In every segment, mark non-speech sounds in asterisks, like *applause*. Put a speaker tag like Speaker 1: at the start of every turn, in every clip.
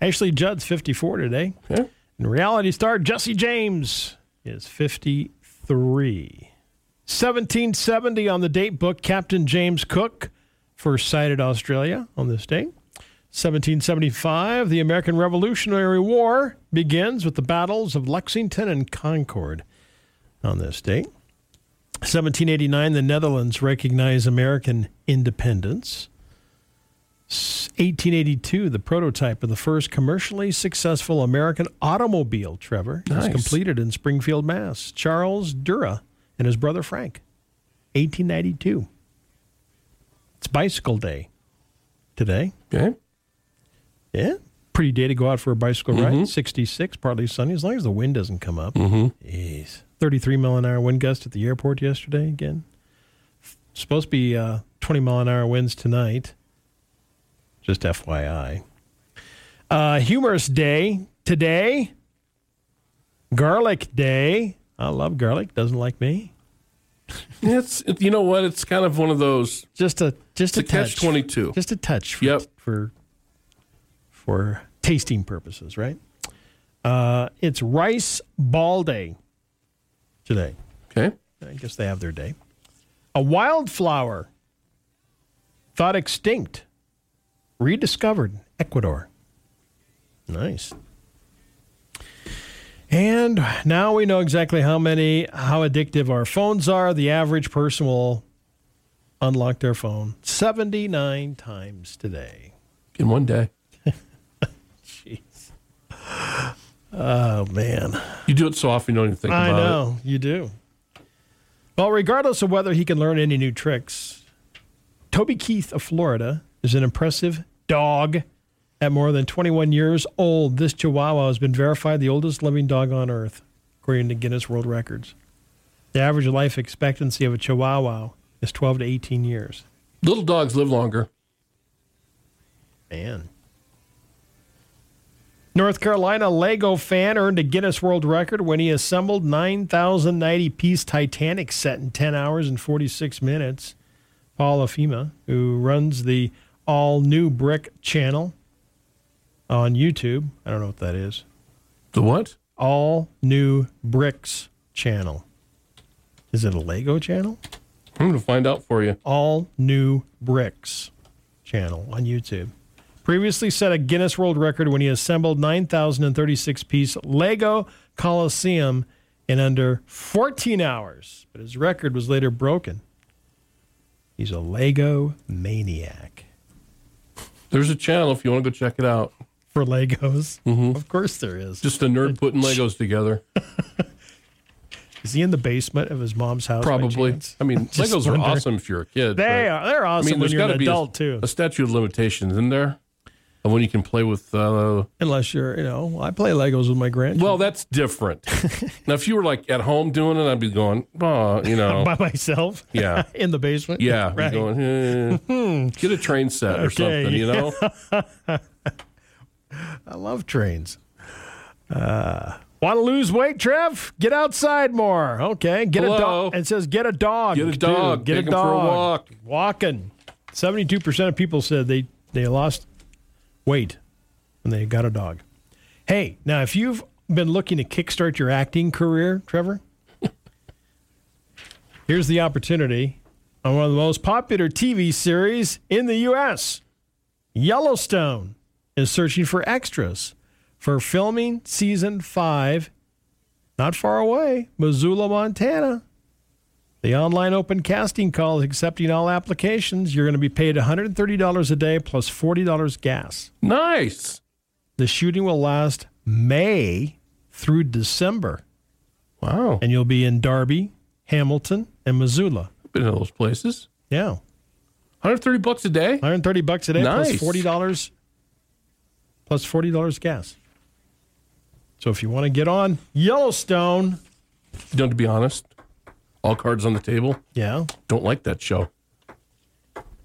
Speaker 1: Ashley Judd's 54 today.
Speaker 2: Yeah.
Speaker 1: And reality star Jesse James is 53. 1770 on the date book, Captain James Cook first sighted Australia on this date. 1775, the American Revolutionary War begins with the battles of Lexington and Concord on this date. 1789, the Netherlands recognize American independence. 1882, the prototype of the first commercially successful American automobile, Trevor, was
Speaker 2: Nice.
Speaker 1: completed in Springfield, Mass. Charles Dura and his brother Frank. 1892. It's bicycle day today.
Speaker 2: Okay.
Speaker 1: Yeah. Pretty day to go out for a bicycle
Speaker 2: Mm-hmm.
Speaker 1: ride. 66, partly sunny, as long as the wind doesn't come up. Jeez. 33 mile an hour wind gust at the airport yesterday again. Supposed to be uh, 20 mile an hour winds tonight. Just FYI. Uh, humorous day today. Garlic day. I love garlic. Doesn't like me.
Speaker 2: It's it- you know what? It's kind of one of those
Speaker 1: Just a just
Speaker 2: it's a
Speaker 1: a touch.
Speaker 2: catch twenty two.
Speaker 1: Just a touch for
Speaker 2: Yep.
Speaker 1: for, for tasting purposes, right? Uh, it's rice ball day today.
Speaker 2: Okay.
Speaker 1: I guess they have their day. A wildflower thought extinct, rediscovered, Ecuador. Nice. And now we know exactly how many, how addictive our phones are. The average person will unlock their phone 79 times today.
Speaker 2: In one day.
Speaker 1: Jeez. Oh, man.
Speaker 2: You do it so often you don't even think
Speaker 1: I
Speaker 2: about it.
Speaker 1: know you do. Well, regardless of whether he can learn any new tricks, Toby Keith of Florida is an impressive dog. At more than 21 years old, this Chihuahua has been verified the oldest living dog on Earth, according to Guinness World Records. The average life expectancy of a Chihuahua is 12 to 18 years.
Speaker 2: Little dogs live longer.
Speaker 1: Man. North Carolina Lego fan earned a Guinness World Record when he assembled 9,090 piece Titanic set in 10 hours and 46 minutes. Paul Afima, who runs the all new brick channel on YouTube, I don't know what that is.
Speaker 2: The what?
Speaker 1: All new bricks channel. Is it a Lego channel?
Speaker 2: I'm gonna find out for you.
Speaker 1: All New Bricks channel on YouTube. Previously set a Guinness World Record when he assembled 9,036 piece Lego Coliseum in under 14 hours, but his record was later broken. He's a Lego maniac
Speaker 2: There's a channel if you want to go check it out.
Speaker 1: for Legos. Of course, there is.
Speaker 2: Mm-hmm. Just a nerd putting Legos together.
Speaker 1: is he in the basement of his mom's house? by
Speaker 2: Probably.
Speaker 1: chance?
Speaker 2: I mean,
Speaker 1: *laughs* Just
Speaker 2: Legos are
Speaker 1: wondering.
Speaker 2: awesome if you're a kid.
Speaker 1: They
Speaker 2: but-
Speaker 1: are. They're
Speaker 2: I
Speaker 1: awesome
Speaker 2: mean,
Speaker 1: when
Speaker 2: there's
Speaker 1: you're
Speaker 2: got
Speaker 1: an
Speaker 2: to be
Speaker 1: adult,
Speaker 2: a,
Speaker 1: too.
Speaker 2: a statute of limitations, isn't there? And when you can play with, uh,
Speaker 1: Unless you're, you know, I play Legos with my grandchildren.
Speaker 2: well,
Speaker 1: *laughs*
Speaker 2: that's different. now, if you were like at home doing it, I'd be going, oh, you know,
Speaker 1: *laughs* by myself.
Speaker 2: Yeah.
Speaker 1: *laughs* in the basement.
Speaker 2: yeah, I'd be
Speaker 1: *laughs* Right. Hmm.
Speaker 2: going,
Speaker 1: *laughs*
Speaker 2: eh, get a train set or
Speaker 1: Okay.
Speaker 2: something, you
Speaker 1: *laughs*
Speaker 2: know.
Speaker 1: I love trains. Uh, Want to lose weight, Trev? Get outside more. Okay. Get a
Speaker 2: Hello?
Speaker 1: dog. It says get a dog.
Speaker 2: Get a
Speaker 1: too.
Speaker 2: dog.
Speaker 1: Get
Speaker 2: Take
Speaker 1: a
Speaker 2: 'em for a
Speaker 1: dog.
Speaker 2: walk.
Speaker 1: Walking. Seventy-two percent of people said they they lost weight when they got a dog. Hey, now if you've been looking to kickstart your acting career, Trevor, *laughs* here's the opportunity on one of the most popular TV series in the U.S. Yellowstone is searching for extras for filming season five, not far away, Missoula, Montana. The online open casting call is accepting all applications. You're going to be paid $130 a day plus $40 gas.
Speaker 2: nice.
Speaker 1: The shooting will last May through December,
Speaker 2: Wow.
Speaker 1: and you'll be in Darby, Hamilton, and Missoula.
Speaker 2: Been to those places.
Speaker 1: Yeah,
Speaker 2: 130 bucks a day.
Speaker 1: 130 bucks a day plus
Speaker 2: Nice.
Speaker 1: $40 plus $40 gas. So if you want to get on Yellowstone,
Speaker 2: You know, to be honest, all cards on the table.
Speaker 1: yeah,
Speaker 2: Don't like that show.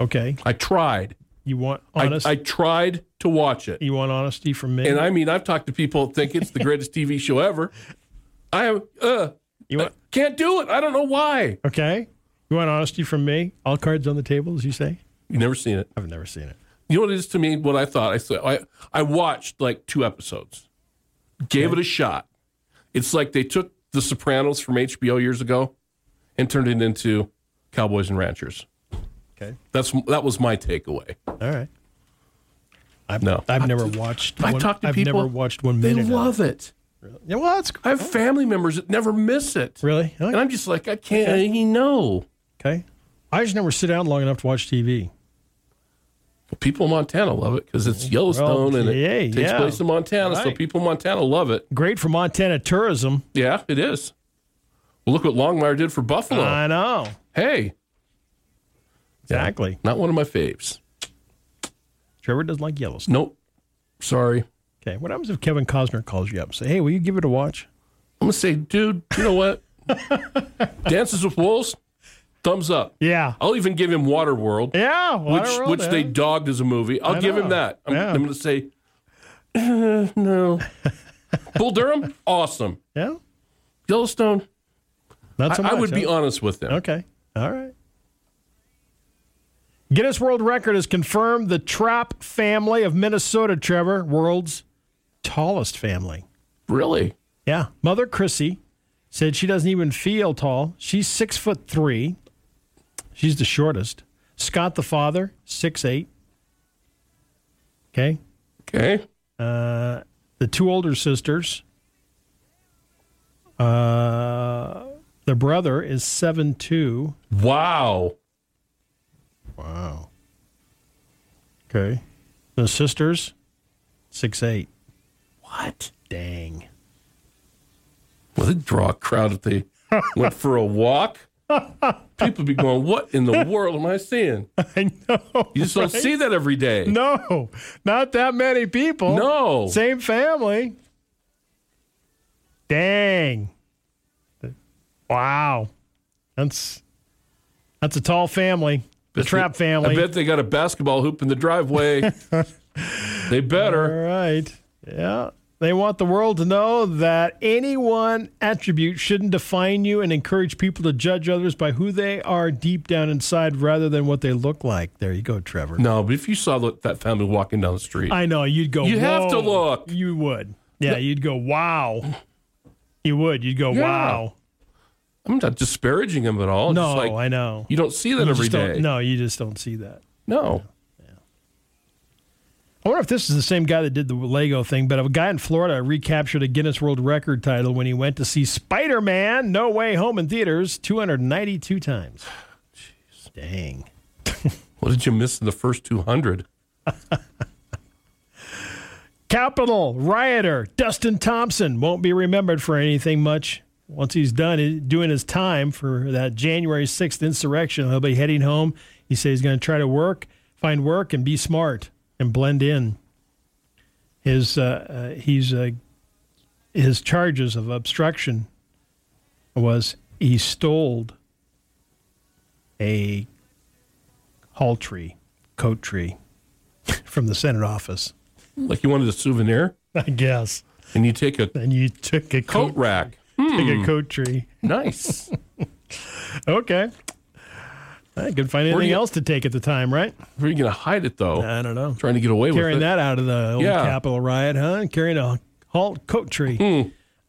Speaker 1: okay.
Speaker 2: I tried.
Speaker 1: You want
Speaker 2: I,
Speaker 1: honest
Speaker 2: I tried to watch it.
Speaker 1: you want honesty from me?
Speaker 2: And I mean, I've talked to people that think it's the greatest TV show ever. I am, uh,
Speaker 1: you
Speaker 2: I
Speaker 1: want
Speaker 2: can't do it. I don't know why.
Speaker 1: Okay. You want honesty from me? All cards on the table, as you say?
Speaker 2: You've never seen it.
Speaker 1: I've never seen it.
Speaker 2: You know what it is to me? What I thought I said I I watched like two episodes, gave it a shot. It's like they took The Sopranos from HBO years ago, and turned it into Cowboys and Ranchers.
Speaker 1: Okay.
Speaker 2: That's that was my takeaway.
Speaker 1: All right. I've,
Speaker 2: No.
Speaker 1: I've never watched.
Speaker 2: I
Speaker 1: one,
Speaker 2: talk to
Speaker 1: I've
Speaker 2: people,
Speaker 1: never watched one
Speaker 2: They
Speaker 1: minute. of
Speaker 2: love it.
Speaker 1: it. Yeah, well, that's
Speaker 2: I have family members that never miss it,
Speaker 1: really
Speaker 2: and I'm just like I can't. No,
Speaker 1: okay. I just never sit down long enough to watch TV.
Speaker 2: people in Montana love it because it's Yellowstone and it
Speaker 1: yeah,
Speaker 2: takes
Speaker 1: yeah.
Speaker 2: place in Montana, so
Speaker 1: Right.
Speaker 2: people in Montana love it.
Speaker 1: Great for Montana tourism.
Speaker 2: Yeah, it is. Well, look what Longmire did for Buffalo.
Speaker 1: I know
Speaker 2: hey,
Speaker 1: exactly.
Speaker 2: not one of my faves.
Speaker 1: Trevor doesn't like Yellowstone.
Speaker 2: Nope. Sorry.
Speaker 1: Okay, what happens if Kevin Cosner calls you up and say, "Hey, will you give it a watch?"
Speaker 2: I'm gonna say, dude, you
Speaker 1: *laughs*
Speaker 2: know what? Dances with Wolves, thumbs up.
Speaker 1: Yeah,
Speaker 2: I'll even give him Waterworld,
Speaker 1: yeah.
Speaker 2: which
Speaker 1: Waterworld,
Speaker 2: which they
Speaker 1: yeah.
Speaker 2: dogged as a movie. I'll
Speaker 1: I
Speaker 2: give him
Speaker 1: know.
Speaker 2: that. I'm,
Speaker 1: Yeah.
Speaker 2: I'm gonna say, uh, no. Bull Durham, awesome.
Speaker 1: yeah.
Speaker 2: Yellowstone,
Speaker 1: Not
Speaker 2: I,
Speaker 1: so
Speaker 2: I
Speaker 1: much.
Speaker 2: would be
Speaker 1: huh?
Speaker 2: honest with them.
Speaker 1: Okay, all right. Guinness World Record has confirmed the Trapp family of Minnesota, Trevor, world's tallest family.
Speaker 2: Really?
Speaker 1: Yeah. Mother Chrissy said she doesn't even feel tall. She's six foot three. She's the shortest. Scott the father, six eight. Okay.
Speaker 2: Okay.
Speaker 1: Uh, the two older sisters. Uh, the brother is seven two.
Speaker 2: Wow.
Speaker 1: Wow. Okay. The sisters, six eight.
Speaker 2: What?
Speaker 1: Dang.
Speaker 2: Well, they'd draw a crowd if they went for
Speaker 1: *laughs*
Speaker 2: a walk. People would be going, What in the world am I seeing?
Speaker 1: *laughs* I know.
Speaker 2: You just don't see that every day.
Speaker 1: No, not that many people.
Speaker 2: No.
Speaker 1: Same family. Dang. Wow. That's that's a tall family. The Trap family.
Speaker 2: I bet they got a basketball hoop in
Speaker 1: *laughs*
Speaker 2: the driveway. they
Speaker 1: All
Speaker 2: better.
Speaker 1: right. Yeah. They want the world to know that any one attribute shouldn't define you and encourage people to judge others by who they are deep down inside rather than what they look like. There you go, Trevor.
Speaker 2: No, but if you saw that- that family walking down the street,
Speaker 1: I know you'd go.
Speaker 2: You have to
Speaker 1: "Whoa."
Speaker 2: look.
Speaker 1: You would. Yeah, you'd go. Wow. You would. You'd go.
Speaker 2: Yeah.
Speaker 1: Wow.
Speaker 2: I'm not disparaging them at all.
Speaker 1: No,
Speaker 2: just like,
Speaker 1: I know.
Speaker 2: you don't see that
Speaker 1: You
Speaker 2: every
Speaker 1: just don't-
Speaker 2: day.
Speaker 1: No, you just don't see that.
Speaker 2: No.
Speaker 1: I wonder if this is the same guy that did the Lego thing, but a guy in Florida recaptured a Guinness World Record title when he went to see Spider Man No Way Home in theaters 292 times. Dang.
Speaker 2: What did you miss in the first 200?
Speaker 1: Capital rioter Dustin Thompson won't be remembered for anything much. Once he's done i- doing his time for that January 6th insurrection, he'll be heading home. He says he's going to try to work, find work, and be smart and blend in. His uh, uh, he's uh, his charges of obstruction was he stole a hall tree, coat tree *laughs* from the Senate office.
Speaker 2: Like you wanted a souvenir
Speaker 1: I guess.
Speaker 2: and you take a
Speaker 1: Then you took a
Speaker 2: coat
Speaker 1: coat,
Speaker 2: rack. Hmm,
Speaker 1: took a coat tree. *laughs*
Speaker 2: Nice.
Speaker 1: Okay. I could find
Speaker 2: do
Speaker 1: anything
Speaker 2: you-
Speaker 1: else to take at the time, right?
Speaker 2: Where are you going to hide it, though?
Speaker 1: I don't know.
Speaker 2: Trying to get away
Speaker 1: Carrying
Speaker 2: with it.
Speaker 1: that out of the old
Speaker 2: Yeah.
Speaker 1: Capitol riot, huh? Carrying a halt coat tree.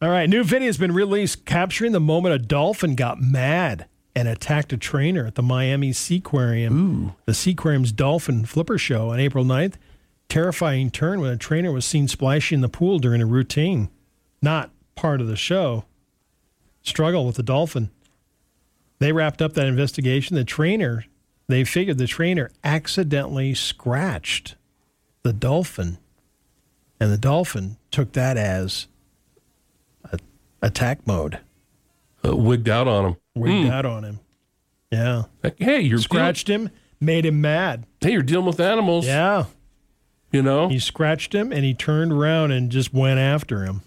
Speaker 1: All right. New video has been released capturing the moment a dolphin got mad and attacked a trainer at the Miami Seaquarium. The Seaquarium's Dolphin Flipper Show on April 9th. Terrifying turn when a trainer was seen splashing in the pool during a routine. Not part of the show. struggle with the dolphin. They wrapped up that investigation. The trainer, they figured the trainer accidentally scratched the dolphin, and the dolphin took that as a, attack mode,
Speaker 2: Uh, wigged out on him.
Speaker 1: wigged
Speaker 2: Hmm.
Speaker 1: out on him. Yeah,
Speaker 2: Like, hey, you're
Speaker 1: scratched him, made him mad.
Speaker 2: Dealing, hey, you're dealing with animals.
Speaker 1: Yeah,
Speaker 2: You know,
Speaker 1: he scratched him, and he turned around and just went after him.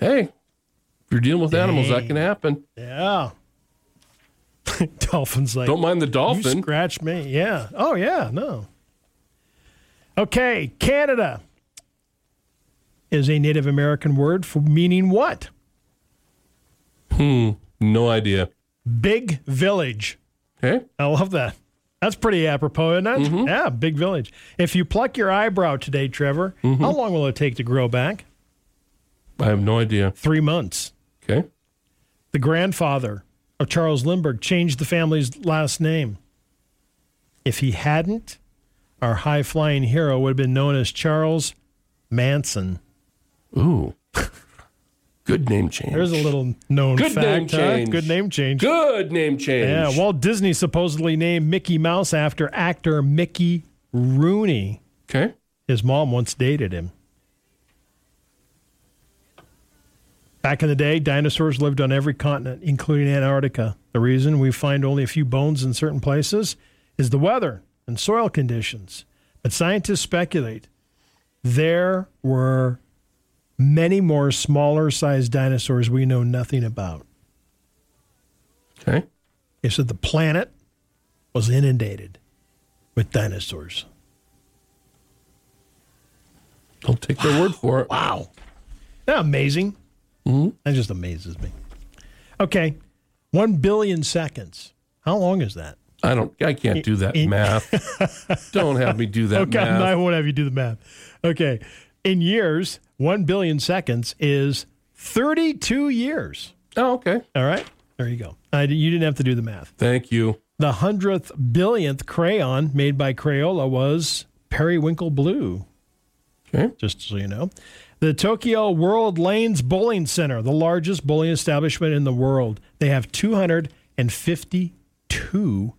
Speaker 2: hey, if you're dealing with animals, that
Speaker 1: Dang.
Speaker 2: can happen.
Speaker 1: Yeah, *laughs* dolphins like
Speaker 2: Don't mind the
Speaker 1: You
Speaker 2: dolphin.
Speaker 1: scratch me. Yeah. Oh, yeah. No. Okay. Canada is a Native American word for meaning what?
Speaker 2: Hmm. No Eh? idea.
Speaker 1: Big village.
Speaker 2: Okay.
Speaker 1: I love that. That's pretty apropos, isn't it?
Speaker 2: Mm-hmm.
Speaker 1: Yeah, big village. If you pluck your eyebrow today, Trevor,
Speaker 2: Mm-hmm.
Speaker 1: how long will it take to grow back?
Speaker 2: I have no idea.
Speaker 1: Three months.
Speaker 2: Okay.
Speaker 1: The grandfather of Charles Lindbergh changed the family's last name. If he hadn't, our high flying hero would have been known as Charles Manson.
Speaker 2: Ooh. *laughs* Good name change.
Speaker 1: There's a little known
Speaker 2: Good
Speaker 1: fact.
Speaker 2: name
Speaker 1: huh?
Speaker 2: change.
Speaker 1: Good name change.
Speaker 2: Good name change.
Speaker 1: Yeah, Walt Disney supposedly named Mickey Mouse after actor Mickey Rooney.
Speaker 2: okay.
Speaker 1: His mom once dated him. Back in the day, dinosaurs lived on every continent, including Antarctica. The reason we find only a few bones in certain places is the weather and soil conditions. But scientists speculate there were many more smaller sized dinosaurs we know nothing about.
Speaker 2: Okay.
Speaker 1: They said the planet was inundated with dinosaurs.
Speaker 2: Don't take their word for it.
Speaker 1: Wow. Isn't that amazing? That just amazes me. Okay. One billion seconds. How long is that?
Speaker 2: I don't. I can't
Speaker 1: *laughs*
Speaker 2: do that
Speaker 1: in-
Speaker 2: math. don't have me do that
Speaker 1: *laughs* Okay,
Speaker 2: math.
Speaker 1: I won't have you do the math. Okay. In years, one billion seconds is 32 years.
Speaker 2: Oh, okay.
Speaker 1: All right. There you go. I, you didn't have to do the math.
Speaker 2: Thank you.
Speaker 1: The hundredth billionth crayon made by Crayola was Periwinkle Blue.
Speaker 2: Okay.
Speaker 1: just so you know. The Tokyo World Lanes Bowling Center, the largest bowling establishment in the world. They have 252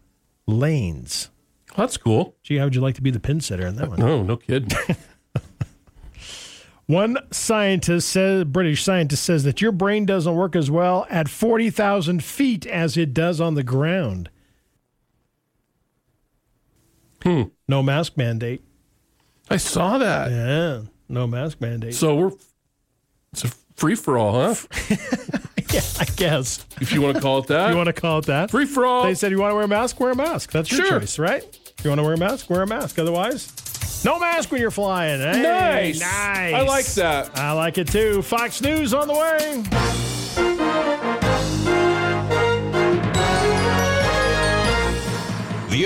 Speaker 1: lanes.
Speaker 2: That's cool.
Speaker 1: Gee, how would you like to be the pin sitter in that *laughs* one?
Speaker 2: No, no kidding.
Speaker 1: One scientist says, British scientist says that your brain doesn't work as well at 40,000 feet as it does on the ground. Hmm. No mask mandate.
Speaker 2: I saw that.
Speaker 1: Yeah, no mask mandate.
Speaker 2: So we're it's a free for all, huh?
Speaker 1: *laughs* yeah, I guess.
Speaker 2: If you want to
Speaker 1: *laughs*
Speaker 2: call it that.
Speaker 1: You want to call it that?
Speaker 2: free for all.
Speaker 1: They said, "You want to wear a mask? Wear a mask. That's your
Speaker 2: Sure.
Speaker 1: choice, right? You want to wear a mask? Wear a mask. Otherwise, no mask when you're flying." Hey,
Speaker 2: Nice.
Speaker 1: nice.
Speaker 2: I like that.
Speaker 1: I like it too. Fox News on the way.
Speaker 3: The